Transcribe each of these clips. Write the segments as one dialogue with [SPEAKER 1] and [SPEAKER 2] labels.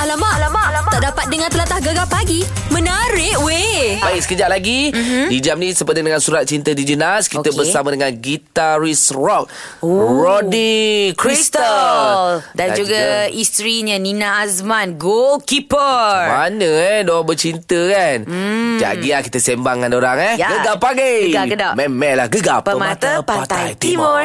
[SPEAKER 1] alamak, alamak, alamak. Tak dapat dengar telatah gegar pagi. Menarik weh.
[SPEAKER 2] Baik, sekejap lagi. Mm-hmm. Di jam ni seperti dengan surat cinta dijenas, kita
[SPEAKER 3] Mhm. Okey.
[SPEAKER 2] okay. bersama dengan gitaris rock,
[SPEAKER 3] Ooh.
[SPEAKER 2] Rodi Crystal.
[SPEAKER 3] Dan, juga, isterinya Nina Azman Goalkeeper
[SPEAKER 2] Mana eh Diorang bercinta kan hmm. Sekejap lagi lah Kita sembang dengan orang eh
[SPEAKER 3] Ya.
[SPEAKER 2] Gegar pagi
[SPEAKER 3] Gegar Kedah.
[SPEAKER 2] Memelah gegar
[SPEAKER 3] Pemata Pantai Timur.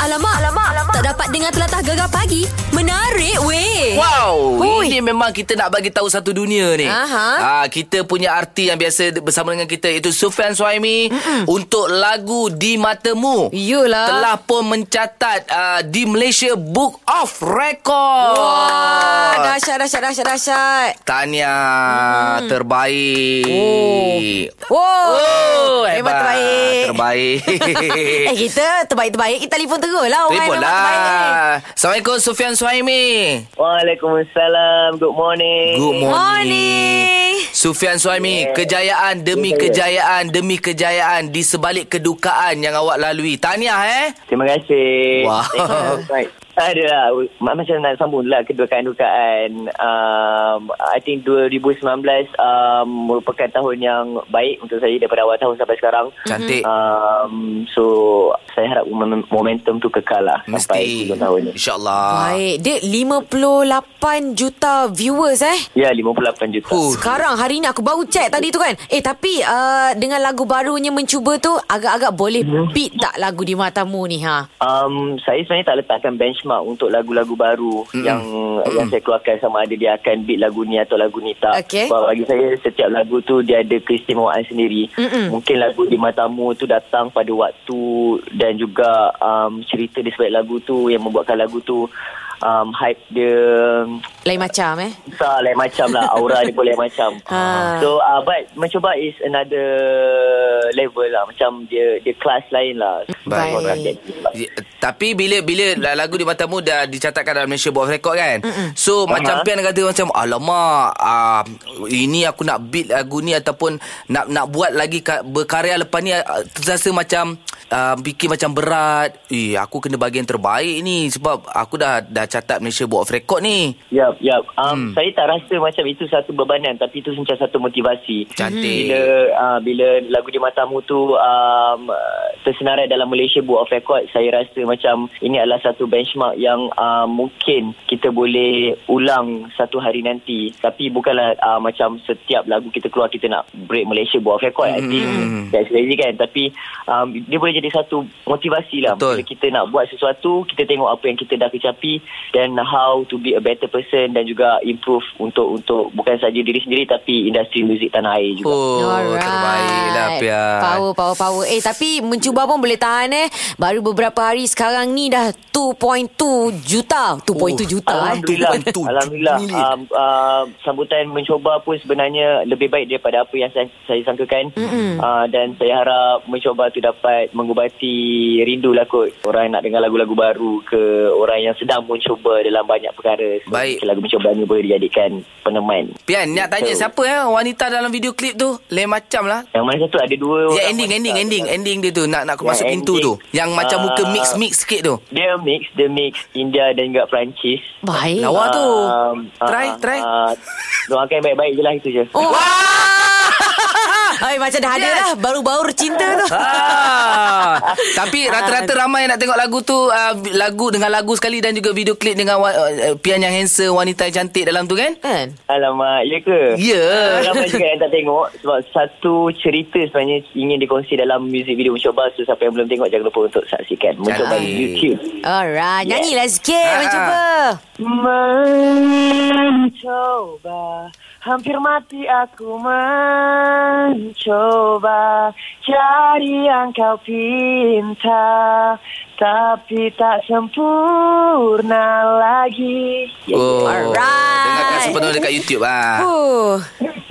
[SPEAKER 1] Alamak, alamak, alamak. Tak dapat dengar telatah gegar pagi. Menarik weh.
[SPEAKER 2] Wow,
[SPEAKER 3] Hui.
[SPEAKER 2] ini memang kita nak bagi tahu satu dunia ni.
[SPEAKER 3] Aha.
[SPEAKER 2] Ah, kita punya arti yang biasa de- bersama dengan kita iaitu Sufyan Suhaimi untuk lagu Di Matamu.
[SPEAKER 3] Iyalah.
[SPEAKER 2] Telah pun mencatat uh, di Malaysia Book of Record.
[SPEAKER 3] Wah Dahsyat dahsyat dahsyat dahsyat
[SPEAKER 2] Tahniah hmm. terbaik.
[SPEAKER 3] Wow
[SPEAKER 2] Oh,
[SPEAKER 3] Memang
[SPEAKER 2] hebat.
[SPEAKER 3] Oh. terbaik
[SPEAKER 2] Terbaik.
[SPEAKER 3] Eh kita terbaik-terbaik Kita telefon terus lah orang
[SPEAKER 2] Telefon
[SPEAKER 3] yang memang terbaik. eh.
[SPEAKER 2] lah. Assalamualaikum Sufyan Suhaimi.
[SPEAKER 4] Waalaikumsalam. Good morning.
[SPEAKER 2] Good morning.
[SPEAKER 3] Morning.
[SPEAKER 2] Sufian Suhaimi, yeah. kejayaan demi kejayaan demi kejayaan di sebalik kedukaan yang awak lalui. Tahniah eh.
[SPEAKER 4] Terima kasih.
[SPEAKER 2] Wow.
[SPEAKER 4] Thank you. Adalah ma- Macam nak sambung lah Kedukaan-dukaan um, I think 2019 um, Merupakan tahun yang Baik untuk saya Daripada awal tahun sampai sekarang
[SPEAKER 2] Cantik.
[SPEAKER 4] um, So Saya harap mom- momentum tu kekal lah Sampai
[SPEAKER 2] Mesti.
[SPEAKER 4] 3 tahun ni
[SPEAKER 2] InsyaAllah.
[SPEAKER 3] Baik Dia 58 juta viewers eh
[SPEAKER 4] Ya 58 juta
[SPEAKER 2] Huh.
[SPEAKER 3] Sekarang hari ni aku baru check tadi tu kan Eh tapi uh, dengan lagu barunya mencuba tu Agak-agak boleh beat tak lagu di matamu ni ha
[SPEAKER 4] Um, saya sebenarnya tak letakkan benchmark untuk lagu-lagu baru mm. yang yang saya keluarkan sama ada dia akan beat lagu ni atau lagu ni tak.
[SPEAKER 3] Okey.
[SPEAKER 4] Sebab bagi saya setiap lagu tu dia ada keistimewaan sendiri. Mm-mm. Mungkin lagu di matamu tu datang pada waktu dan juga um, cerita di sebalik lagu tu yang membuatkan lagu tu um, hype dia
[SPEAKER 3] Lain macam eh
[SPEAKER 4] besar lain macam lah aura dia pun lain macam
[SPEAKER 3] Ha.
[SPEAKER 4] so uh, but mencuba is another level lah macam dia dia kelas lain lah
[SPEAKER 3] Baik.
[SPEAKER 2] Ya, Tapi bila bila la- lagu di matamu dah dicatatkan dalam Malaysia Box Record kan. Mm-mm. So uh-huh. macam Pian kata macam alamak uh, ini aku nak beat lagu ni ataupun nak nak buat lagi ka- berkarya lepas ni uh, terasa macam uh, fikir macam berat. Eh aku kena bagian terbaik ni sebab aku dah dah catat Malaysia Box Record ni.
[SPEAKER 4] Yap, yap. Um, hmm. Saya tak rasa macam itu satu bebanan tapi itu macam satu motivasi.
[SPEAKER 2] Cantik.
[SPEAKER 4] Bila uh, bila lagu di matamu tu um, uh, tersenarai dalam Malaysia Book of Record, saya rasa macam ini adalah satu benchmark yang uh, mungkin kita boleh ulang satu hari nanti. Tapi bukanlah uh, macam setiap lagu kita keluar kita nak break Malaysia Book of Record. Hmm. I think that's crazy kan. Tapi um, dia boleh jadi satu motivasi lah.
[SPEAKER 2] Betul.
[SPEAKER 4] Bila kita nak buat sesuatu, kita tengok apa yang kita dah kecapi dan how to be a better person dan juga improve untuk untuk bukan saja diri sendiri tapi industri muzik tanah air juga. Oh.
[SPEAKER 2] Oh terbaiklah Pian.
[SPEAKER 3] Power power power Eh tapi mencuba pun boleh tahan eh Baru beberapa hari sekarang ni dah 2.2 juta 2.2
[SPEAKER 2] Oh,
[SPEAKER 3] juta eh
[SPEAKER 4] Alhamdulillah.
[SPEAKER 2] Itu bukan tu,
[SPEAKER 4] Alhamdulillah.
[SPEAKER 2] million.
[SPEAKER 4] Um, uh, sambutan mencuba pun sebenarnya lebih baik daripada apa yang saya, saya sangkakan. Mm-hmm. Uh, dan saya harap mencuba tu dapat mengubati rindu lah kot. Orang yang nak dengar lagu-lagu baru ke orang yang sedang mencuba dalam banyak perkara. So,
[SPEAKER 2] Baik.
[SPEAKER 4] mungkin Lagu mencuba ni boleh dijadikan peneman.
[SPEAKER 2] Pian nak tanya
[SPEAKER 4] Betul.
[SPEAKER 2] siapa eh wanita dalam video klip tu? Lain macam lah.
[SPEAKER 4] Yang mana satu ada dua
[SPEAKER 2] Ya
[SPEAKER 4] orang
[SPEAKER 2] ending
[SPEAKER 4] lah, wanita.
[SPEAKER 2] ending ending ending dia tu nak nak aku
[SPEAKER 4] Ya,
[SPEAKER 2] masuk pintu tu
[SPEAKER 4] ending.
[SPEAKER 2] yang macam
[SPEAKER 4] Ah.
[SPEAKER 2] muka mix mix sikit tu.
[SPEAKER 4] Dia mix, dia mix India dan juga Perancis.
[SPEAKER 3] Baik
[SPEAKER 2] Lawa tu.
[SPEAKER 4] Um,
[SPEAKER 2] Try
[SPEAKER 4] ah,
[SPEAKER 2] try.
[SPEAKER 4] ah, doakan baik-baik je lah itu je.
[SPEAKER 3] Oh Hai, macam dah ada lah Baru-baru cinta tu
[SPEAKER 2] Ah. Tapi rata-rata ramai yang nak tengok lagu tu uh, lagu dengan lagu sekali dan juga video klip dengan wa- uh, pian yang handsome wanita yang cantik dalam tu kan?
[SPEAKER 3] Kan
[SPEAKER 4] Alamak, ya ke?
[SPEAKER 2] Ya.
[SPEAKER 4] Ah, Ramai juga yang tak tengok sebab satu cerita sebenarnya ingin dikongsi dalam music video Mencoba. So, siapa yang belum tengok jangan lupa untuk saksikan. Mencoba
[SPEAKER 2] Cantik.
[SPEAKER 4] YouTube.
[SPEAKER 3] Alright Nyanyilah sikit
[SPEAKER 2] Ah.
[SPEAKER 3] Mencuba
[SPEAKER 4] Mencoba Hampir mati aku mencoba Cari yang kau pinta Tapi tak sempurna lagi
[SPEAKER 2] Oh.
[SPEAKER 3] Alright.
[SPEAKER 2] Dengarkan sepenuh dekat YouTube ah.
[SPEAKER 3] Huh.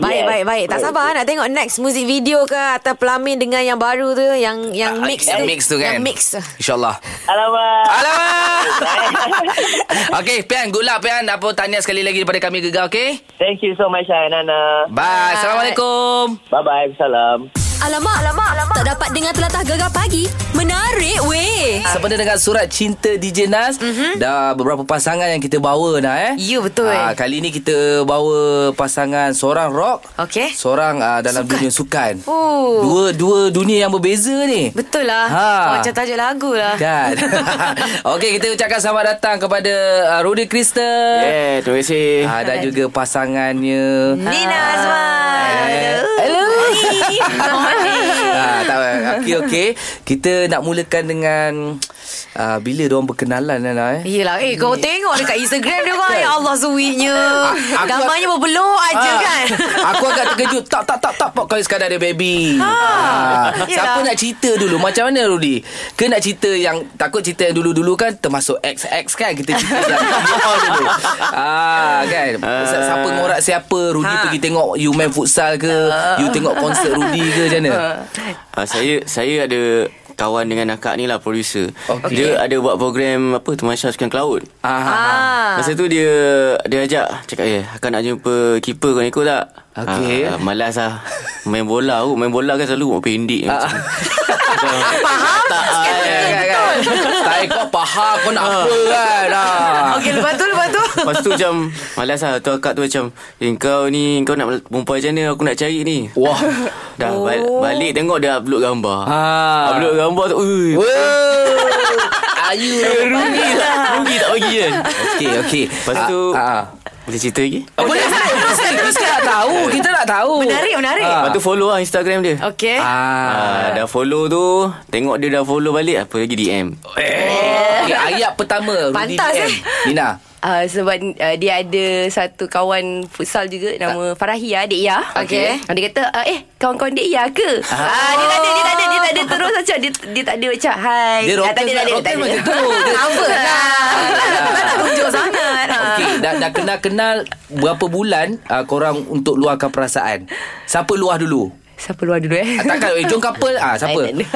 [SPEAKER 3] Baik,
[SPEAKER 4] Yes.
[SPEAKER 3] baik, baik. Tak sabar nak tengok next music video ke atau pelamin dengan yang baru tu yang yang
[SPEAKER 2] Ah,
[SPEAKER 3] mix
[SPEAKER 2] yang
[SPEAKER 3] tu.
[SPEAKER 2] mix tu kan.
[SPEAKER 3] Yang mix.
[SPEAKER 2] Insyaallah.
[SPEAKER 4] Alamak
[SPEAKER 2] Alamak. okay, Pian, good luck Pian. Apa tahniah sekali lagi daripada kami Gegar, okay?
[SPEAKER 4] Thank you so much Nana
[SPEAKER 2] Bye. Assalamualaikum.
[SPEAKER 4] Bye bye Salam
[SPEAKER 1] Alamak, alamak, alamak. Tak dapat dengar telatah gegar pagi. Menarik weh.
[SPEAKER 2] Sebenarnya dengan surat cinta DJ Nas mm-hmm. Dah beberapa pasangan yang kita bawa dah eh
[SPEAKER 3] Mhm. Ya, betul.
[SPEAKER 2] Ah, Kali ni kita bawa pasangan seorang rock
[SPEAKER 3] Okey.
[SPEAKER 2] Seorang ah, dalam sukan. dunia sukan
[SPEAKER 3] Oh.
[SPEAKER 2] Dua dua dunia yang berbeza ni
[SPEAKER 3] Betul lah.
[SPEAKER 2] Ha.
[SPEAKER 3] Oh, macam tajuk lagu lah.
[SPEAKER 2] Kan Okey kita ucapkan selamat datang kepada uh, Rudy Kristen
[SPEAKER 5] Yeah, Eh, terima kasih.
[SPEAKER 2] Ah, dan juga pasangannya
[SPEAKER 3] Nina Azman.
[SPEAKER 2] Ah. Hello. ah, tak apa. Okey okey. Kita nak mulakan dengan ah, bila diorang berkenalan Nana eh.
[SPEAKER 3] Yelah Eh kau tengok dekat Instagram dia orang Ya Allah suwinya
[SPEAKER 2] aku-
[SPEAKER 3] Gambarnya berbelok aja
[SPEAKER 2] Ah,
[SPEAKER 3] kan
[SPEAKER 2] Aku agak terkejut Tap tap tap tap pop Kalau sekadar dia baby ha,
[SPEAKER 3] yelah.
[SPEAKER 2] Siapa nak cerita dulu Macam mana Rudy Ke nak cerita yang Takut cerita yang dulu-dulu kan Termasuk XX kan Kita cerita yang all dulu ah, Kan Si- Siapa ngorak siapa Rudy
[SPEAKER 3] Ha.
[SPEAKER 2] pergi tengok You main futsal ke You tengok konsert Rudy ke Macam mana
[SPEAKER 5] Uh, saya saya ada kawan dengan akak ni lah producer.
[SPEAKER 2] Okey.
[SPEAKER 5] Dia ada buat program apa Temasya Sukan Cloud.
[SPEAKER 2] ah,
[SPEAKER 3] Ah.
[SPEAKER 5] Masa tu dia dia ajak cakap eh akak nak jumpa keeper kau ni ikut tak?
[SPEAKER 2] Okey.
[SPEAKER 5] Ah, malas lah Main bola aku Main bola kan selalu pendek
[SPEAKER 2] Ah.
[SPEAKER 5] macam.
[SPEAKER 3] Faham
[SPEAKER 2] Tak kan, kan. Tak kau faham Kau nak apa kan ah.
[SPEAKER 3] Okey lepas tu Lepas tu
[SPEAKER 5] Lepas tu macam Malas lah Tu akak tu macam Eh kau ni Kau nak perempuan macam mana Aku nak cari ni Wah Dah oh. balik, balik tengok Dia upload gambar
[SPEAKER 2] Ah.
[SPEAKER 5] Upload gambar tu Ui
[SPEAKER 2] Wow. Are you
[SPEAKER 5] Rugi lah Rugi tak bagi kan
[SPEAKER 2] Okey okey.
[SPEAKER 5] Lepas tu
[SPEAKER 2] ah, ah.
[SPEAKER 5] Boleh cerita lagi
[SPEAKER 2] Oh, boleh boleh, boleh. Kita nak tahu, kita nak tahu.
[SPEAKER 3] Menarik menarik
[SPEAKER 5] Lepas tu follow lah Instagram dia
[SPEAKER 3] Okey
[SPEAKER 2] Ah.
[SPEAKER 5] Ah, dah follow tu Tengok dia dah follow balik Apa lagi DM
[SPEAKER 2] Okey, Ah. Eh, ayat pertama Rudy
[SPEAKER 3] Pantas,
[SPEAKER 2] DM.
[SPEAKER 3] eh.
[SPEAKER 2] Nina.
[SPEAKER 6] Uh, sebab uh, dia ada satu kawan futsal juga nama Farahia Dek Ia.
[SPEAKER 3] Okey.
[SPEAKER 6] Ah, Dia kata uh, eh kawan-kawan Dek Ia ke? Ah uh, dia tak ada dia tak ada dia tak ada terus macam dia dia tak ada macam hai.
[SPEAKER 2] Dia
[SPEAKER 6] Ah,
[SPEAKER 2] rocker
[SPEAKER 6] tak ada,
[SPEAKER 2] tak
[SPEAKER 6] tak ada,
[SPEAKER 2] rocker
[SPEAKER 6] tak ada.
[SPEAKER 2] macam tu. Dia-
[SPEAKER 3] Apa lah Tak nak tunjuk sangat Ah.
[SPEAKER 2] Okey, dah dah kenal-kenal berapa bulan uh, korang untuk luahkan perasaan? Siapa luah dulu?
[SPEAKER 6] Siapa luar dulu
[SPEAKER 2] Ah,
[SPEAKER 6] eh?
[SPEAKER 2] Takkan eh, jom couple ah siapa?
[SPEAKER 6] Lain, lain.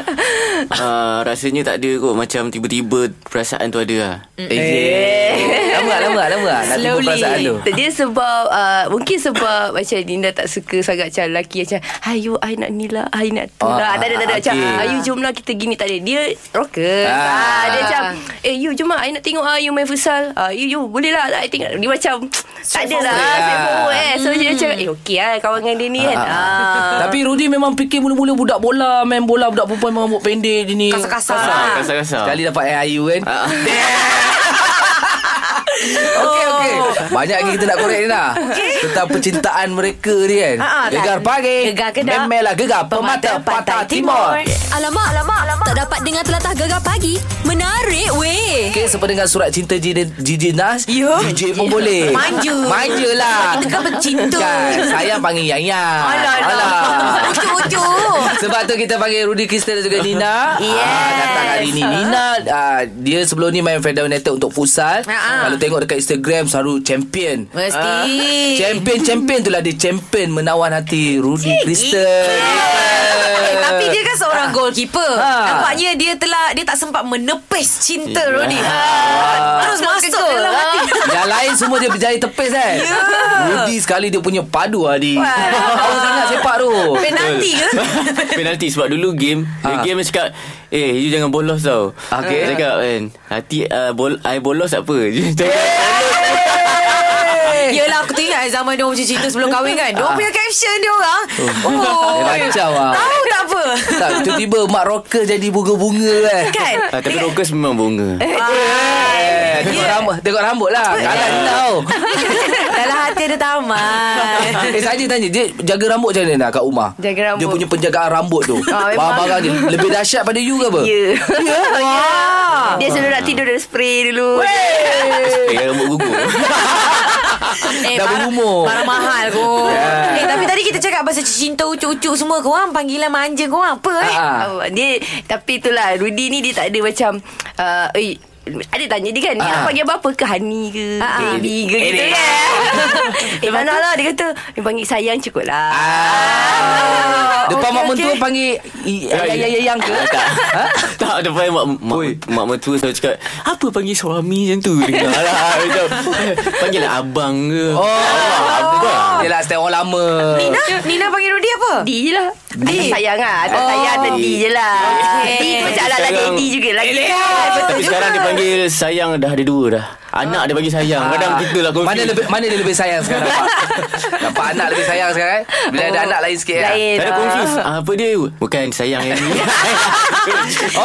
[SPEAKER 5] Ah, Rasanya tak ada kot Macam tiba-tiba Perasaan tu ada lah
[SPEAKER 2] Eh. Lama tak, lama tak, lama tak nak timbul perasaan tu.
[SPEAKER 6] Dia sebab uh, Mungkin sebab Macam Dinda tak suka sangat Macam lelaki Macam Ayu I nak ni lah I nak tu
[SPEAKER 2] Ah,
[SPEAKER 6] lah Tak ada tak ada
[SPEAKER 2] ah,
[SPEAKER 6] Macam
[SPEAKER 2] okey.
[SPEAKER 6] Ayu jom lah kita gini Tak ada Dia rocker
[SPEAKER 2] Ah.
[SPEAKER 6] ah. Dia macam Eh you jom lah I nak tengok ah, You main futsal ah, You you boleh lah I tengok Dia macam Tak ada lah
[SPEAKER 2] Straightforward.
[SPEAKER 6] Straightforward
[SPEAKER 2] Ah.
[SPEAKER 6] eh So dia macam Eh okay lah Kawan dengan dia ni kan Ah.
[SPEAKER 2] Tapi Rudy memang fikir mula-mula budak bola, main bola budak perempuan memang rambut pendek dia ni.
[SPEAKER 3] Kasar-kasar.
[SPEAKER 5] Kasar, kasar-kasar.
[SPEAKER 2] Sekali dapat air ayu kan.
[SPEAKER 3] Ah. Oh.
[SPEAKER 2] Okey okey. Banyak lagi kita nak korek ni dah. Tentang percintaan mereka ni kan.
[SPEAKER 3] Ha, ha,
[SPEAKER 2] gegar
[SPEAKER 3] kan?
[SPEAKER 2] pagi.
[SPEAKER 3] Gegar Kedah.
[SPEAKER 2] Memelah gegar pemata
[SPEAKER 3] Pemata
[SPEAKER 2] Pantai
[SPEAKER 3] Pantai
[SPEAKER 2] Timur.
[SPEAKER 3] Timur.
[SPEAKER 1] Alamak, alamak, alamak. Tak dapat dengar telatah gegar pagi. Menarik weh.
[SPEAKER 2] Okey, seperti dengan surat cinta JJ, JJ Nas
[SPEAKER 3] Ya.
[SPEAKER 2] JJ pun boleh
[SPEAKER 3] Manja.
[SPEAKER 2] Manja lah
[SPEAKER 3] Kita kan bercinta.
[SPEAKER 2] kan, Saya panggil Yang Yang
[SPEAKER 3] Alah, alah. Ucuk-ucuk.
[SPEAKER 2] Sebab tu kita panggil Rudy Kristal dan juga Nina
[SPEAKER 3] Yes.
[SPEAKER 2] Ah, Datang hari ni Nina ah, Dia sebelum ni main Fedah United untuk futsal
[SPEAKER 3] Ah, ah.
[SPEAKER 2] Kalau tengok dekat Instagram Selalu champion
[SPEAKER 3] Mesti.
[SPEAKER 2] Champion-champion tu lah Dia champion menawan hati Rudy Kristal
[SPEAKER 3] Eh, tapi dia kan seorang goalkeeper.
[SPEAKER 2] Ah.
[SPEAKER 3] Nampaknya dia telah dia tak sempat menepis cinta
[SPEAKER 5] Ya.
[SPEAKER 3] Rodi. Terus masuk
[SPEAKER 6] gol.
[SPEAKER 3] dalam hati.
[SPEAKER 2] Yang lain semua dia berjari tepis kan
[SPEAKER 3] Ya.
[SPEAKER 2] Rudy sekali dia punya padu Adi Awal sangat sepak tu
[SPEAKER 3] Penalti ke?
[SPEAKER 5] Penalti sebab dulu game
[SPEAKER 2] Ah.
[SPEAKER 5] ha. Game dia cakap Eh you jangan bolos tau
[SPEAKER 2] Okey.
[SPEAKER 5] Dia cakap kan Hati uh, bol, I bolos tak apa Dia cakap,
[SPEAKER 3] Yelah aku teringat zaman dia orang macam cerita sebelum kahwin kan. Dia orang punya caption dia orang. Oh.
[SPEAKER 2] Dia kacau lah
[SPEAKER 3] Tahu tak apa.
[SPEAKER 2] tak, tiba-tiba Mak Rocker jadi bunga-bunga kan
[SPEAKER 3] Kan?
[SPEAKER 5] ah, Tapi Rokers memang bunga
[SPEAKER 2] Eh, Tengok
[SPEAKER 3] Ya.
[SPEAKER 2] rambut Tengok rambut lah Galak Nina tau
[SPEAKER 3] Dalam hati ada taman.
[SPEAKER 2] Eh saja tanya Dia jaga rambut macam mana nak kat rumah
[SPEAKER 6] Jaga rambut.
[SPEAKER 2] Dia punya penjagaan rambut tu
[SPEAKER 6] Ah, memang.
[SPEAKER 2] Barang-barang dia Lebih dahsyat pada you ke apa
[SPEAKER 6] Ya Wah. Dia selalu nak tidur Dia spray dulu
[SPEAKER 5] Eh rambut gugur
[SPEAKER 3] Eh,
[SPEAKER 2] Dah
[SPEAKER 3] barang-
[SPEAKER 2] berumur. Ya.
[SPEAKER 3] Barang mahal kot yeah. Eh tapi tadi kita cakap Pasal cinta ucuk-ucuk semua Korang panggilan manja korang Apa eh
[SPEAKER 2] Ah.
[SPEAKER 6] Ah. Dia Tapi itulah Rudy ni dia tak ada macam uh, eh, ada tanya dia kan Ni
[SPEAKER 2] Ah.
[SPEAKER 6] nak panggil apa-apa ke Hani ke
[SPEAKER 3] Ah, ah.
[SPEAKER 6] Baby ke gitu kan Eh mana lah Dia kata Dia panggil sayang cukup lah
[SPEAKER 2] Ah. Depan
[SPEAKER 6] Okey,
[SPEAKER 2] mak mentua
[SPEAKER 6] okey.
[SPEAKER 2] panggil i- Ayang-ayang ya, ke
[SPEAKER 5] Ya, Ah, Tak Tak depan mak, mak, mak mentua selalu cakap Apa panggil suami macam tu Dengar lah Macam, Panggil lah abang ke Oh Abang
[SPEAKER 2] Yelah setiap orang lama
[SPEAKER 3] Nina Nina panggil Rudy apa
[SPEAKER 6] Di lah Atas sayang lah Atas oh. sayang Daddy je lah Daddy tu macam alat-alat
[SPEAKER 5] Sekarang-
[SPEAKER 6] daddy juga
[SPEAKER 2] Eh,
[SPEAKER 6] lagi kan Betul
[SPEAKER 5] Tapi
[SPEAKER 6] juga.
[SPEAKER 5] sekarang dia panggil sayang dah ada dua dah. Anak dia panggil sayang. Kadang kita lah confused.
[SPEAKER 2] Ah. Mana lebih mana dia lebih sayang sekarang? Nampak anak lebih sayang sekarang eh? Bila ada anak lain sikit lah.
[SPEAKER 6] Oh. Lain
[SPEAKER 5] Kadang
[SPEAKER 6] lah.
[SPEAKER 5] confused. Ah, Apa dia? Bukan sayang yang ni.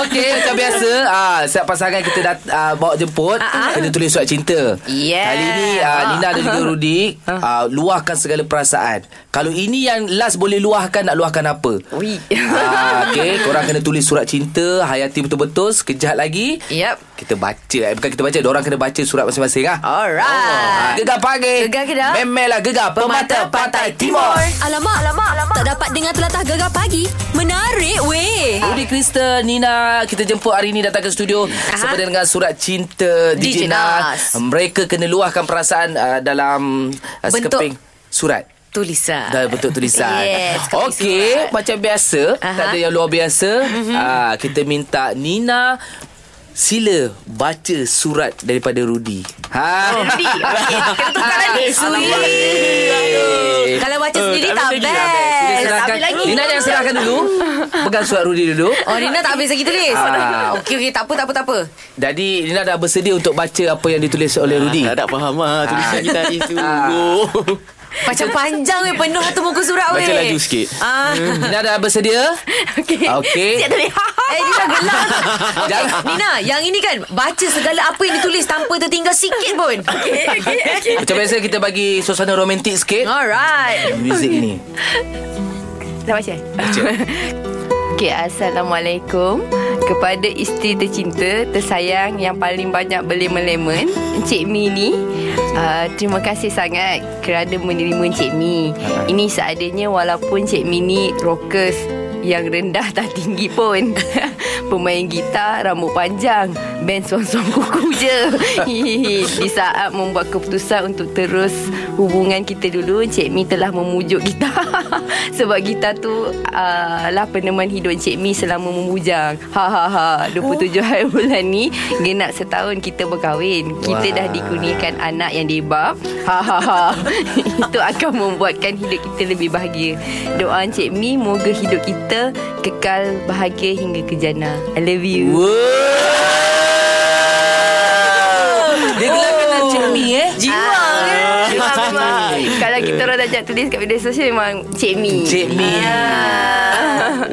[SPEAKER 2] Okey macam biasa ah setiap pasangan kita dat, ah, bawa jemput uh-huh. kena tulis surat cinta.
[SPEAKER 6] Yeah.
[SPEAKER 2] Kali ni ah, Nina dan juga Rudy ah, luahkan segala perasaan. Kalau ini yang last boleh luahkan nak luahkan apa?
[SPEAKER 6] Ui.
[SPEAKER 2] Ah, Okey korang kena tulis surat cinta hayati betul-betul sekejap lagi.
[SPEAKER 6] Yep.
[SPEAKER 2] Kita baca eh, bukan kita baca orang kena baca surat masing-masing ah.
[SPEAKER 6] Alright.
[SPEAKER 2] Ah, Gegar pagi.
[SPEAKER 6] Gegar Kedah.
[SPEAKER 2] Memelah gegar pemata, pantai timur.
[SPEAKER 1] Alamak, alamak, alamak. Tak dapat dengar telatah gegar pagi. Menarik weh.
[SPEAKER 2] Rudy Kristen, Nina Kita jemput hari ini datang ke studio Aha. Seperti dengan surat cinta
[SPEAKER 6] Di
[SPEAKER 2] Dijinas
[SPEAKER 6] Jenas.
[SPEAKER 2] Mereka kena luahkan perasaan uh, dalam uh,
[SPEAKER 6] Bentuk.
[SPEAKER 2] sekeping surat
[SPEAKER 6] Tulisan
[SPEAKER 2] dalam bentuk tulisan.
[SPEAKER 6] Yes, keping
[SPEAKER 2] Okey,
[SPEAKER 6] surat.
[SPEAKER 2] macam biasa, Aha. tak ada yang luar biasa.
[SPEAKER 6] Mhm.
[SPEAKER 2] Mm-hmm. Uh, kita minta Nina sila baca surat daripada Rudy. Ha.
[SPEAKER 6] Oh, Rudy Okay Kita
[SPEAKER 2] Ah.
[SPEAKER 6] tukar lagi
[SPEAKER 2] Eh, Okey.
[SPEAKER 3] Kalau baca sendiri tak
[SPEAKER 5] habis lagi,
[SPEAKER 3] best.
[SPEAKER 5] tak
[SPEAKER 2] Dia
[SPEAKER 6] tak
[SPEAKER 2] serahkan.
[SPEAKER 6] habis lagi.
[SPEAKER 2] Nina yang serahkan dulu. Pegang surat Rudy dulu.
[SPEAKER 3] Oh Rina tak habis lagi tulis
[SPEAKER 2] Ah.
[SPEAKER 3] Okey okey tak apa tak apa tak apa
[SPEAKER 2] Jadi Nina dah bersedia untuk baca apa yang ditulis oleh Rudy.
[SPEAKER 5] Eh, Tak ada faham lah. Tulisan
[SPEAKER 2] Ah.
[SPEAKER 5] kita tadi sungguh.
[SPEAKER 3] Macam panjang weh Penuh tu muka surat weh
[SPEAKER 5] Baca laju sikit.
[SPEAKER 3] ah.
[SPEAKER 2] Nina dah bersedia?
[SPEAKER 6] Okay
[SPEAKER 2] Okey.
[SPEAKER 6] Siap tadi
[SPEAKER 3] Eh Nina gelap okay,
[SPEAKER 2] Jangan.
[SPEAKER 3] Eh, Nina yang ini kan Baca segala apa yang ditulis Tanpa tertinggal sikit pun okay.
[SPEAKER 2] Macam biasa kita bagi suasana romantik sikit.
[SPEAKER 3] Alright
[SPEAKER 2] Muzik ni.
[SPEAKER 6] Dah baca? Baca Okay, Assalamualaikum Kepada isteri tercinta, tersayang yang paling banyak berlemon-lemon Encik Mi ni uh, Terima kasih sangat kerana menerima Encik Mi Ini seadanya walaupun Encik Mi ni rockers yang rendah tak tinggi pun Pemain gitar rambut panjang Band suam-suam kuku je Hihihi. Di saat membuat keputusan untuk terus hubungan kita dulu Encik Mi telah memujuk kita Sebab kita tu uh, lah peneman hidup Encik Mi selama memujang Ha ha ha 27 hari bulan ni Genap setahun kita berkahwin Kita
[SPEAKER 2] Wah.
[SPEAKER 6] dah dikurniakan anak yang debab Ha ha ha Itu akan membuatkan hidup kita lebih bahagia Doa Encik Mi Moga hidup kita kekal bahagia hingga ke jana I love you
[SPEAKER 2] Dia gelapkan oh. Encik Mi eh.
[SPEAKER 6] Jiwa Jiwa memang Kalau kita orang dah ajak tulis kat media sosial Memang Encik Mi
[SPEAKER 2] Encik Mi.
[SPEAKER 6] Ah.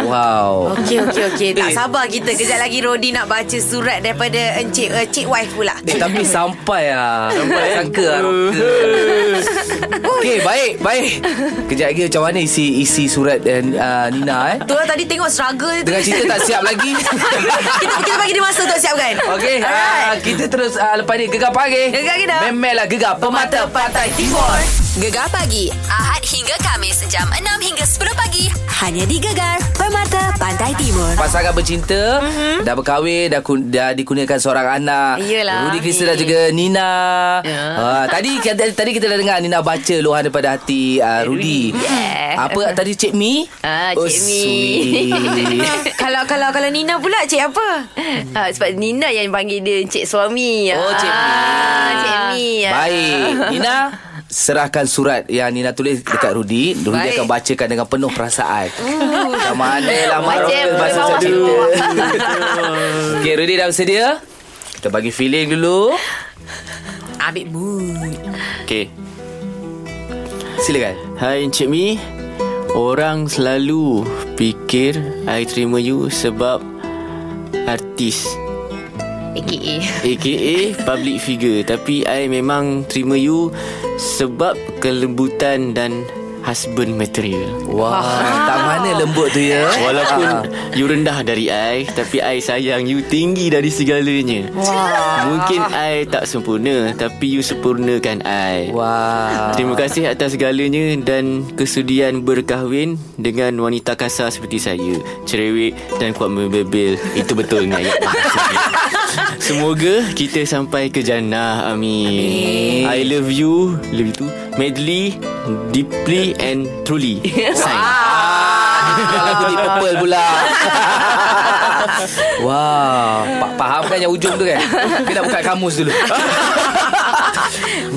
[SPEAKER 2] Wow.
[SPEAKER 3] Okey okey okey Tak sabar kita Kejap lagi Rodi nak baca surat Daripada Encik uh, Cik wife pula
[SPEAKER 2] Eh, tapi sampai lah Sampai Sangka lah rocker. Okey baik Baik Kejap lagi macam mana isi isi surat uh, Nina eh
[SPEAKER 3] Tu lah tadi tengok struggle tu
[SPEAKER 2] Dengan cerita tak siap lagi
[SPEAKER 3] kita, kita bagi dia masa untuk siapkan
[SPEAKER 2] Okey uh, Kita terus uh, lepas ni Gegar pagi
[SPEAKER 3] Gegar Kedah.
[SPEAKER 2] Memelah gegar Pemata Pantai Timur
[SPEAKER 1] Gegar pagi Ahad hingga Kamis jam 6 hingga 10 pagi hanya di Gegar Permata Pantai Timur.
[SPEAKER 2] Pasangan bercinta
[SPEAKER 6] Mhm.
[SPEAKER 2] mm-hmm. Dah berkahwin Dah, kun, dah dikurniakan seorang anak
[SPEAKER 6] Iyalah.
[SPEAKER 2] Rudy Krista dan juga Nina
[SPEAKER 6] Ya.
[SPEAKER 2] yeah. uh, Tadi tadi kita dah dengar Nina baca luahan daripada hati uh, Rudy
[SPEAKER 6] Yeah.
[SPEAKER 2] Apa tadi Cik Mi?
[SPEAKER 6] Eh,
[SPEAKER 2] Oh,
[SPEAKER 6] Ah, Cik Mi.
[SPEAKER 2] sweet.
[SPEAKER 3] Kalau kalau kalau Nina pula Cik apa
[SPEAKER 6] Ah, sebab Nina yang panggil dia Encik Suami
[SPEAKER 2] Oh, Encik Mi.
[SPEAKER 6] ah, Encik Mi ah.
[SPEAKER 2] Baik Nina Serahkan surat yang Nina tulis dekat Rudy Rudy
[SPEAKER 3] Baik.
[SPEAKER 2] akan bacakan dengan penuh perasaan
[SPEAKER 6] Uh.
[SPEAKER 2] Macam mana lah Mak
[SPEAKER 6] Macam
[SPEAKER 2] Rocker bahasa
[SPEAKER 6] bawah
[SPEAKER 2] macam tu Okay Rudy dah bersedia? Kita bagi feeling dulu
[SPEAKER 3] Ambil mood
[SPEAKER 5] Okay.
[SPEAKER 2] Silakan
[SPEAKER 5] Hai Encik Mi Orang selalu fikir I terima you sebab Artis
[SPEAKER 6] AKA
[SPEAKER 5] AKA public figure Tapi I memang terima you Sebab kelembutan dan husband material
[SPEAKER 2] Wah, tak mana lembut tu ya.
[SPEAKER 5] Walaupun you rendah dari I Tapi I sayang you tinggi dari segalanya Mungkin I tak sempurna Tapi you sempurnakan I
[SPEAKER 2] Wah.
[SPEAKER 5] Terima kasih atas segalanya dan kesudian berkahwin dengan wanita kasar seperti saya. Cerewet dan kuat membebel. Itu betul ni ayat. Semoga kita sampai ke jannah. Amin. I love you. Love you too. Madly, deeply and truly. Sign.
[SPEAKER 2] Ah, lagu di purple pula. Wah, wow. fahamkan yang hujung tu kan. Kita nak buka kamus dulu.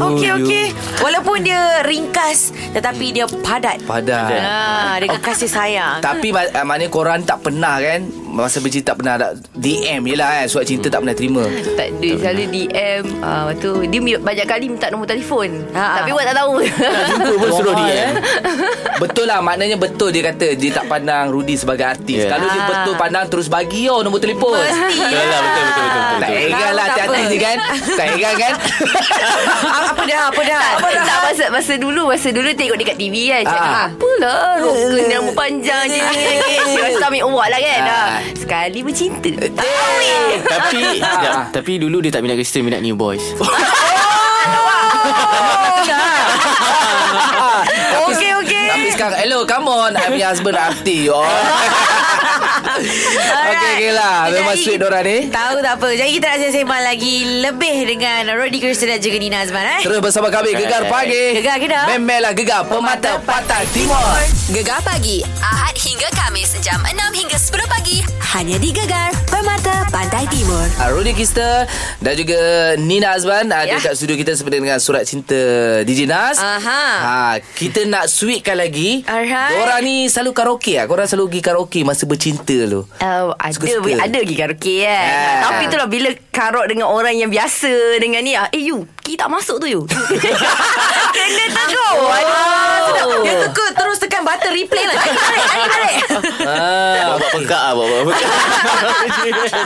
[SPEAKER 3] Okey okey. Walaupun dia ringkas tetapi dia padat.
[SPEAKER 2] Padat.
[SPEAKER 3] Ah, dengan kasih sayang.
[SPEAKER 2] Tapi ma- ah, maknanya korang tak pernah kan Masa bercinta tak pernah ada DM je lah kan Surat cinta tak pernah terima
[SPEAKER 6] Tak ada Selalu DM uh, Lepas tu Dia mi- banyak kali minta nombor telefon
[SPEAKER 3] Ha, ha.
[SPEAKER 6] Tapi awak tak tahu
[SPEAKER 5] Jumpa pun suruh
[SPEAKER 2] Wah,
[SPEAKER 5] dia
[SPEAKER 2] eh. Betul lah Maknanya betul dia kata Dia tak pandang Rudy sebagai artis yeah.
[SPEAKER 5] Yeah.
[SPEAKER 2] Kalau dia betul pandang Terus bagi oh nombor telefon
[SPEAKER 3] Mesti
[SPEAKER 5] Betul lah, betul, betul, betul, betul.
[SPEAKER 2] Tak
[SPEAKER 5] Tahu
[SPEAKER 2] heran lah
[SPEAKER 3] tak
[SPEAKER 2] hati-hati
[SPEAKER 3] apa.
[SPEAKER 2] je kan Tak heran kan
[SPEAKER 3] Ah, apa dah apa dah. Apa dah.
[SPEAKER 6] tak masa, masa dulu Masa dulu tengok dekat TV kan Cakap
[SPEAKER 2] Ah.
[SPEAKER 6] Apalah Rok kena rambut panjang je Dia rasa ambil awak lah kan
[SPEAKER 2] Ah.
[SPEAKER 6] Ah. Sekali bercinta
[SPEAKER 5] Tapi sekejap. Tapi dulu dia tak minat Kristen Minat New Boys
[SPEAKER 3] Okey okey.
[SPEAKER 2] Tapi sekarang Hello come on I'm your husband Rafti oh. Okey okay lah
[SPEAKER 3] Jadi
[SPEAKER 2] Memang
[SPEAKER 3] hari
[SPEAKER 2] sweet
[SPEAKER 3] kita-
[SPEAKER 2] dorang ni
[SPEAKER 3] Tahu tak apa. Jadi kita akan sembang lagi lebih dengan Rodi Kirsten dan juga Nina Azman eh.
[SPEAKER 2] Terus bersama kami Gegar Pagi
[SPEAKER 3] Gegar kita.
[SPEAKER 2] Memelah Gegar Pemata Patah Timur
[SPEAKER 1] Gegar pagi Ahad hingga Kamis jam 6 hingga 10 pagi hanya di Gegar Permata Pantai Timur.
[SPEAKER 2] Ah, Rudy Kista dan juga Nina Azban ada
[SPEAKER 6] Ya.
[SPEAKER 2] dekat studio kita seperti dengan surat cinta DJ Nas.
[SPEAKER 3] Aha.
[SPEAKER 2] Ha, kita nak sweetkan lagi.
[SPEAKER 3] Alright.
[SPEAKER 2] Korang ni selalu karaoke ah. Korang selalu pergi karaoke masa bercinta tu.
[SPEAKER 6] Uh, ada
[SPEAKER 2] Suka-suka.
[SPEAKER 6] ada pergi karaoke kan.
[SPEAKER 2] Ah.
[SPEAKER 3] Ya.
[SPEAKER 6] Tapi itulah bila karok dengan orang yang biasa dengan ni ah, eh you, kita tak masuk tu you. Kena
[SPEAKER 3] Ah,
[SPEAKER 6] tegur.
[SPEAKER 3] oh.
[SPEAKER 6] Aduh.
[SPEAKER 3] Dia tekuk terus tekan button replay lah. Tarik, tarik, tarik, tarik.
[SPEAKER 2] Ah.
[SPEAKER 5] Bawa pekak lah Bawa pekak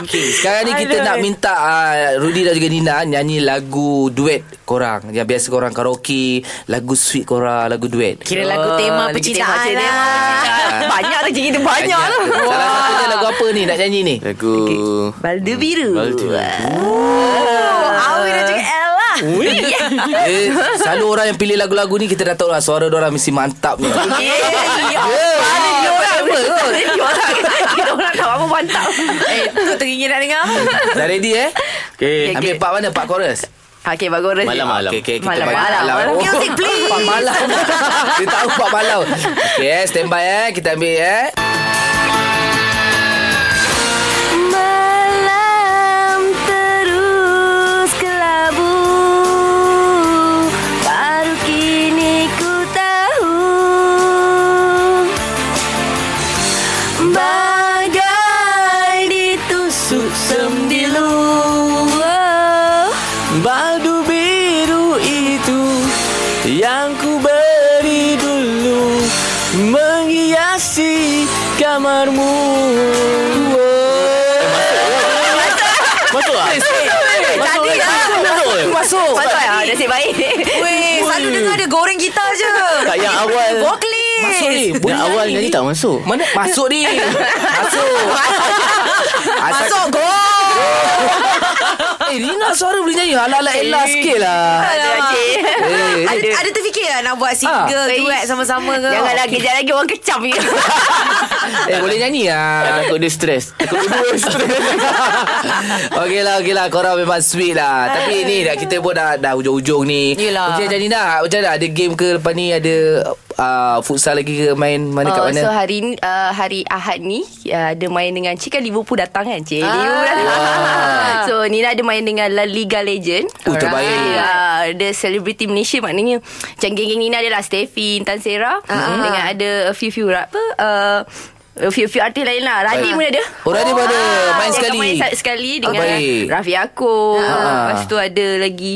[SPEAKER 2] Sekarang ni kita
[SPEAKER 3] Aduh.
[SPEAKER 2] nak minta uh, Rudy dan juga Nina nyanyi lagu duet korang. Yang biasa korang karaoke, lagu sweet korang, lagu duet.
[SPEAKER 3] Kira lagu Oh, tema
[SPEAKER 6] lagi
[SPEAKER 3] percintaan
[SPEAKER 6] tema- tema
[SPEAKER 3] lah.
[SPEAKER 6] percintaan. Banyak rezeki kita banyak lah.
[SPEAKER 2] Salah satunya lagu apa ni nak nyanyi ni?
[SPEAKER 5] Lagu
[SPEAKER 6] Baldu biru.
[SPEAKER 5] Baldu.
[SPEAKER 6] Oh, Awi dan juga Ella.
[SPEAKER 2] Eh, selalu orang yang pilih lagu-lagu ni kita dah tahu lah suara orang mesti mantap ni.
[SPEAKER 6] Eh, ya,
[SPEAKER 2] Yeah.
[SPEAKER 6] Kita orang tak apa mantap.
[SPEAKER 3] Eh, tu teringin nak dengar apa?
[SPEAKER 2] Dah ready eh?
[SPEAKER 5] Okay
[SPEAKER 2] Ambil part mana? Part chorus?
[SPEAKER 6] Okey, bagus rezeki.
[SPEAKER 5] Malam-malam.
[SPEAKER 2] Okay, okay, kita
[SPEAKER 6] Malam,
[SPEAKER 2] bagi
[SPEAKER 6] malam, malam.
[SPEAKER 2] Oh.
[SPEAKER 6] Music, please.
[SPEAKER 2] Part malam. Dia tahu part malam. Okay, eh, stand by eh. Kita ambil eh.
[SPEAKER 6] Malam terus kelabu Baru kini ku tahu Bagai ditusuk sembilu oh.
[SPEAKER 5] Baldu biru itu Yang ku beri dulu Menghiasi kamarmu Masuk lah
[SPEAKER 6] Jadi lah
[SPEAKER 2] Masuk.
[SPEAKER 6] Masuk lah Nasib baik
[SPEAKER 3] Weh, selalu dengar dia goreng gitar je.
[SPEAKER 5] Tak yang awal
[SPEAKER 3] Vocalist.
[SPEAKER 2] Masuk ni. Boleh
[SPEAKER 5] Yang awal nyanyi tak masuk
[SPEAKER 2] Mana? Masuk ni. Masuk. Asal-
[SPEAKER 3] Masuk go.
[SPEAKER 2] Eh, Lina suara boleh nyanyi. Alah-alah Ella sikit lah.
[SPEAKER 3] Alamak.
[SPEAKER 2] Eh, eh.
[SPEAKER 3] Ada, ada terfikir lah nak buat single,
[SPEAKER 6] Ah.
[SPEAKER 3] duet sama-sama ke?
[SPEAKER 6] Janganlah kejap lagi orang kecam je
[SPEAKER 2] Eh, boleh nyanyi lah.
[SPEAKER 5] Takut dia stres Takut dia stres
[SPEAKER 2] Okey lah, okey lah. Korang memang sweet lah. Tapi ni dah, kita pun dah, dah hujung-hujung ni.
[SPEAKER 3] Yelah.
[SPEAKER 2] Macam jadi dah. Macam dah ada game ke lepas ni ada uh, futsal lagi ke main mana kat
[SPEAKER 6] Oh,
[SPEAKER 2] mana?
[SPEAKER 6] So hari ni- uh, hari Ahad ni uh, Ada main dengan Cik kan Liverpool datang kan Cik Liverpool datang So Nina ada main dengan La Liga Legend
[SPEAKER 2] Oh, terbaik.
[SPEAKER 6] uh, The celebrity Malaysia maknanya Macam geng-geng Nina dia lah Steffi, Intan Sera Dengan ada a few-few rap apa uh, A few-few artis lain lah Radhi
[SPEAKER 2] Baik.
[SPEAKER 6] pun ada
[SPEAKER 2] Oh, Radhi pun ada.
[SPEAKER 6] Ah,
[SPEAKER 2] Main
[SPEAKER 6] dia akan
[SPEAKER 2] sekali. Oh,
[SPEAKER 6] Main sa- sekali dengan
[SPEAKER 2] baik. Ah.
[SPEAKER 6] Raffi Yaakob Lepas tu ada lagi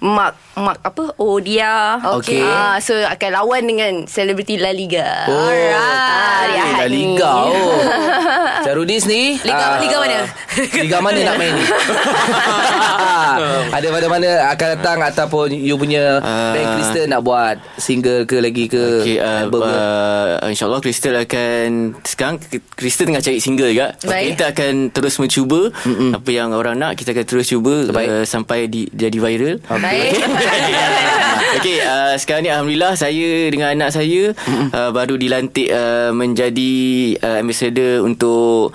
[SPEAKER 6] Mark Mark apa Odia
[SPEAKER 2] Okey.
[SPEAKER 6] Ah, So akan lawan dengan Celebrity La Liga
[SPEAKER 2] Oh,
[SPEAKER 6] Ah,
[SPEAKER 2] okay.
[SPEAKER 6] hari Ahad
[SPEAKER 2] dah
[SPEAKER 6] ni.
[SPEAKER 2] Liga oh. Macam Rudy sendiri
[SPEAKER 3] Liga-
[SPEAKER 2] ah,
[SPEAKER 3] liga mana?
[SPEAKER 2] Liga mana nak main ni? Ada mana-mana akan datang Ataupun you punya
[SPEAKER 5] Ah.
[SPEAKER 2] Band Kristen nak buat Single ke lagi ke
[SPEAKER 5] Okay, uh,
[SPEAKER 2] album lah. ke?
[SPEAKER 5] uh, InsyaAllah Crystal akan Sekarang Crystal tengah cari single juga
[SPEAKER 6] Baik.
[SPEAKER 5] Kita akan terus mencuba Mm-mm. Apa yang orang nak Kita akan terus cuba uh, Sampai di, jadi viral
[SPEAKER 6] Baik.
[SPEAKER 5] Okay, uh, sekarang ni Alhamdulillah Saya dengan anak saya uh, Baru dilantik uh, Menjadi uh, Ambassador untuk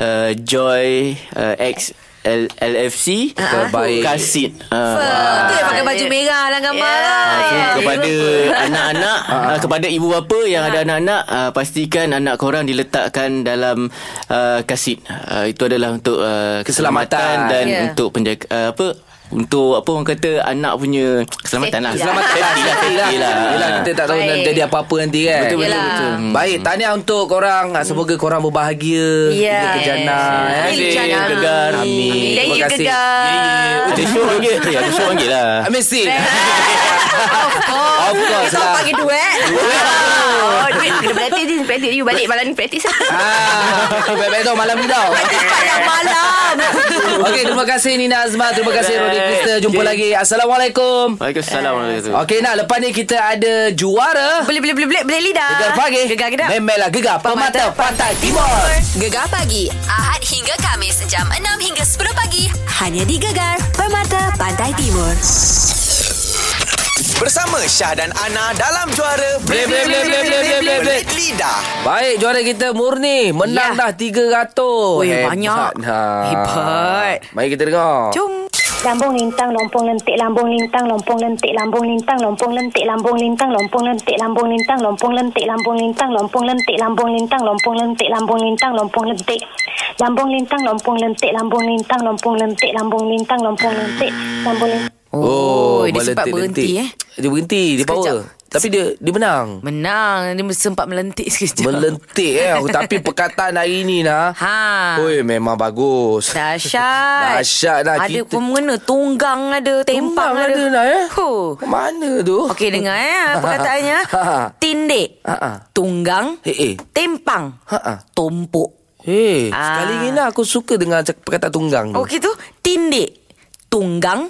[SPEAKER 5] uh, Joy uh, X L- LFC
[SPEAKER 2] Terbaik.
[SPEAKER 5] Kasit uh,
[SPEAKER 3] Tu yang pakai baju merah lah gambar
[SPEAKER 6] Oh, Yeah.
[SPEAKER 3] lah.
[SPEAKER 5] Ah, So, kepada anak-anak uh, kepada ibu bapa yang
[SPEAKER 6] Ah.
[SPEAKER 5] ada anak-anak uh, pastikan anak korang diletakkan dalam uh, kasit uh, itu adalah untuk uh,
[SPEAKER 2] Keselamatan.
[SPEAKER 5] dan
[SPEAKER 6] Ya.
[SPEAKER 5] untuk penjaga uh, apa untuk apa orang kata anak punya keselamatan lah.
[SPEAKER 6] Safety
[SPEAKER 2] Selamat
[SPEAKER 5] Safety lah,
[SPEAKER 2] Yelah,
[SPEAKER 5] safety lah.
[SPEAKER 2] yelah, kita tak tahu
[SPEAKER 6] Baik.
[SPEAKER 2] nak jadi apa-apa nanti kan.
[SPEAKER 5] Betul, betul,
[SPEAKER 3] Yelah.
[SPEAKER 5] betul.
[SPEAKER 2] Hmm. Baik, tahniah untuk korang. Ah, Semoga korang berbahagia.
[SPEAKER 3] Ya.
[SPEAKER 2] Jaga Kejana.
[SPEAKER 5] Ah,
[SPEAKER 3] Amin,
[SPEAKER 2] eh.
[SPEAKER 3] Jana.
[SPEAKER 5] Gegar.
[SPEAKER 2] Amin.
[SPEAKER 6] Thank
[SPEAKER 2] Terima
[SPEAKER 6] you,
[SPEAKER 2] kasih.
[SPEAKER 6] Gegar.
[SPEAKER 5] Ada show panggil. Eh, Ada show panggil lah.
[SPEAKER 2] Amin Sin.
[SPEAKER 3] Of
[SPEAKER 2] Of course
[SPEAKER 3] Kita orang
[SPEAKER 2] lah.
[SPEAKER 3] panggil duet.
[SPEAKER 6] Oh, duit kena praktis ni, praktis you balik malam ni praktis lah.
[SPEAKER 2] Ah, baik-baik tau malam ni tau.
[SPEAKER 3] Pada malam.
[SPEAKER 2] Okey, terima kasih Nina Azma. Terima kasih
[SPEAKER 5] Bye-bye.
[SPEAKER 2] Rodi Krista. Jumpa
[SPEAKER 5] Okay.
[SPEAKER 2] lagi. Assalamualaikum.
[SPEAKER 5] Waalaikumsalam. warahmatullahi wabarakatuh.
[SPEAKER 2] Okey, nak lepas ni kita ada juara.
[SPEAKER 3] Boleh boleh boleh boleh boleh lidah.
[SPEAKER 2] Gegar pagi.
[SPEAKER 3] Gegar gedap.
[SPEAKER 2] Memelah gegar pemata pantai timur.
[SPEAKER 1] Gegar pagi Ahad hingga Kamis jam 6 hingga 10 pagi hanya di Gegar Permata Pantai Timur.
[SPEAKER 7] Bersama Syah dan Ana dalam juara
[SPEAKER 2] Bleh, bleh, bleh, bleh, bleh, bleh, bleh, bleh.
[SPEAKER 7] Belit Lidah.
[SPEAKER 2] Baik, juara kita Murni menang
[SPEAKER 3] Ya.
[SPEAKER 2] dah 300.
[SPEAKER 3] Oi,
[SPEAKER 2] Hebat.
[SPEAKER 3] banyak. Hebat.
[SPEAKER 2] Mari kita dengar.
[SPEAKER 3] Jom.
[SPEAKER 8] Lambung lintang, lompong lentik, lambung lintang, lompong lentik, lambung lintang, lompong lentik, lambung lintang, lompong lentik, lambung lintang, lompong lentik, lambung lintang, lompong lentik, lambung lintang, lompong lentik, lambung lintang, lompong lentik. Lambung lintang, lompong lentik, lambung lintang, lompong lentik, lambung lintang, lompong lentik, lambung lentik.
[SPEAKER 3] Oh, dia
[SPEAKER 2] bola
[SPEAKER 3] sempat
[SPEAKER 2] lentik,
[SPEAKER 3] berhenti
[SPEAKER 2] lentik.
[SPEAKER 3] eh.
[SPEAKER 2] Dia berhenti, dia
[SPEAKER 3] Sekejap.
[SPEAKER 2] power. Tapi dia dia menang.
[SPEAKER 3] Menang Dia sempat melentik sekejap
[SPEAKER 2] Melentik eh aku Tapi perkataan hari ni nah
[SPEAKER 3] Ha.
[SPEAKER 2] Oi memang bagus
[SPEAKER 3] Dahsyat
[SPEAKER 2] Dahsyat lah
[SPEAKER 3] Ada
[SPEAKER 2] kita.
[SPEAKER 3] kita. mengena Tunggang ada Tempang
[SPEAKER 2] Tumbang
[SPEAKER 3] ada,
[SPEAKER 2] ada lah eh
[SPEAKER 3] Huh.
[SPEAKER 2] Mana tu
[SPEAKER 3] Okey dengar eh Perkataannya Tindik
[SPEAKER 2] Ha, ha.
[SPEAKER 3] Tunggang
[SPEAKER 2] Eh eh
[SPEAKER 3] Tempang
[SPEAKER 2] Ha, ha.
[SPEAKER 3] Tumpuk
[SPEAKER 2] Hey,
[SPEAKER 3] Ah.
[SPEAKER 2] Sekali ni lah aku suka dengan cak- perkataan tunggang tu
[SPEAKER 3] Okey tu Tindik Oh, Tunggang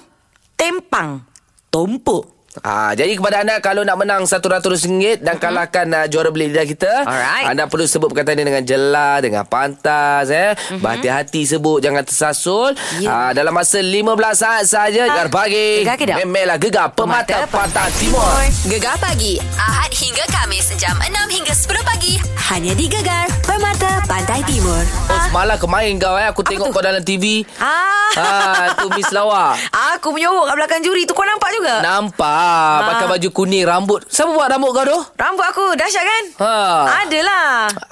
[SPEAKER 3] Tempang Tumpuk
[SPEAKER 2] Ah, jadi kepada anda kalau nak menang RM100 dan kalahkan uh, juara beli lidah kita,
[SPEAKER 3] Mm-hmm. Alright.
[SPEAKER 2] anda perlu sebut perkataan ini dengan jelas, dengan pantas eh. Berhati-hati sebut, jangan tersasul.
[SPEAKER 3] Mm-hmm. Ya.
[SPEAKER 2] Ah, dalam masa 15 saat
[SPEAKER 3] Ah,
[SPEAKER 2] saja gegar pagi.
[SPEAKER 3] Gegar Kedah.
[SPEAKER 2] Memelah gegar pemata, pantai timur.
[SPEAKER 1] Gegar pagi Ahad hingga Kamis jam 6 hingga 10 pagi hanya di Gegar Permata Pantai Timur.
[SPEAKER 2] Oh, semalam kemarin kau eh aku tengok
[SPEAKER 3] tu?
[SPEAKER 2] kau dalam TV.
[SPEAKER 3] Ah.
[SPEAKER 2] Ah, tu Miss Lawak.
[SPEAKER 3] Aku menyorok kat belakang juri tu Kau nampak juga
[SPEAKER 2] Nampak pakai
[SPEAKER 3] Ah.
[SPEAKER 2] baju kuning rambut. Siapa buat rambut kau tu?
[SPEAKER 3] Rambut aku dahsyat kan?
[SPEAKER 2] Ha.
[SPEAKER 3] Adalah.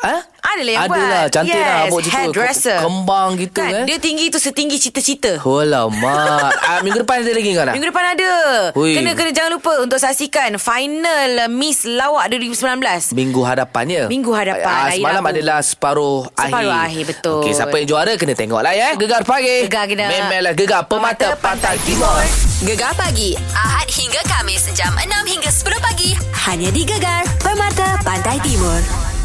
[SPEAKER 2] Ha?
[SPEAKER 3] Adalah yang buat.
[SPEAKER 2] Adalah, cantik
[SPEAKER 3] yes.
[SPEAKER 2] lah rambut macam tu.
[SPEAKER 3] Hairdresser.
[SPEAKER 2] Kembang gitu, eh.
[SPEAKER 3] Kan, Dia tinggi tu setinggi cita-cita.
[SPEAKER 2] Oh lama. ah, minggu depan ada lagi kau nak?
[SPEAKER 3] Minggu depan ada.
[SPEAKER 2] Hui.
[SPEAKER 3] Kena kena jangan lupa untuk saksikan final uh, Miss Lawak 2019.
[SPEAKER 2] Minggu hadapannya.
[SPEAKER 3] Minggu hadapan,
[SPEAKER 2] Ah,
[SPEAKER 3] hari
[SPEAKER 2] semalam
[SPEAKER 3] Rabu.
[SPEAKER 2] adalah separuh,
[SPEAKER 3] Separuh
[SPEAKER 2] akhir.
[SPEAKER 3] akhir, betul.
[SPEAKER 2] Okey, siapa yang juara kena tengok lah ya. Gegar pagi.
[SPEAKER 3] Gegar kita.
[SPEAKER 2] Memelah gegar pemata pantai timur.
[SPEAKER 1] Gegar pagi Ahad hingga Kamis jam 6 hingga 10 pagi hanya di Gegar Permata Pantai Timur.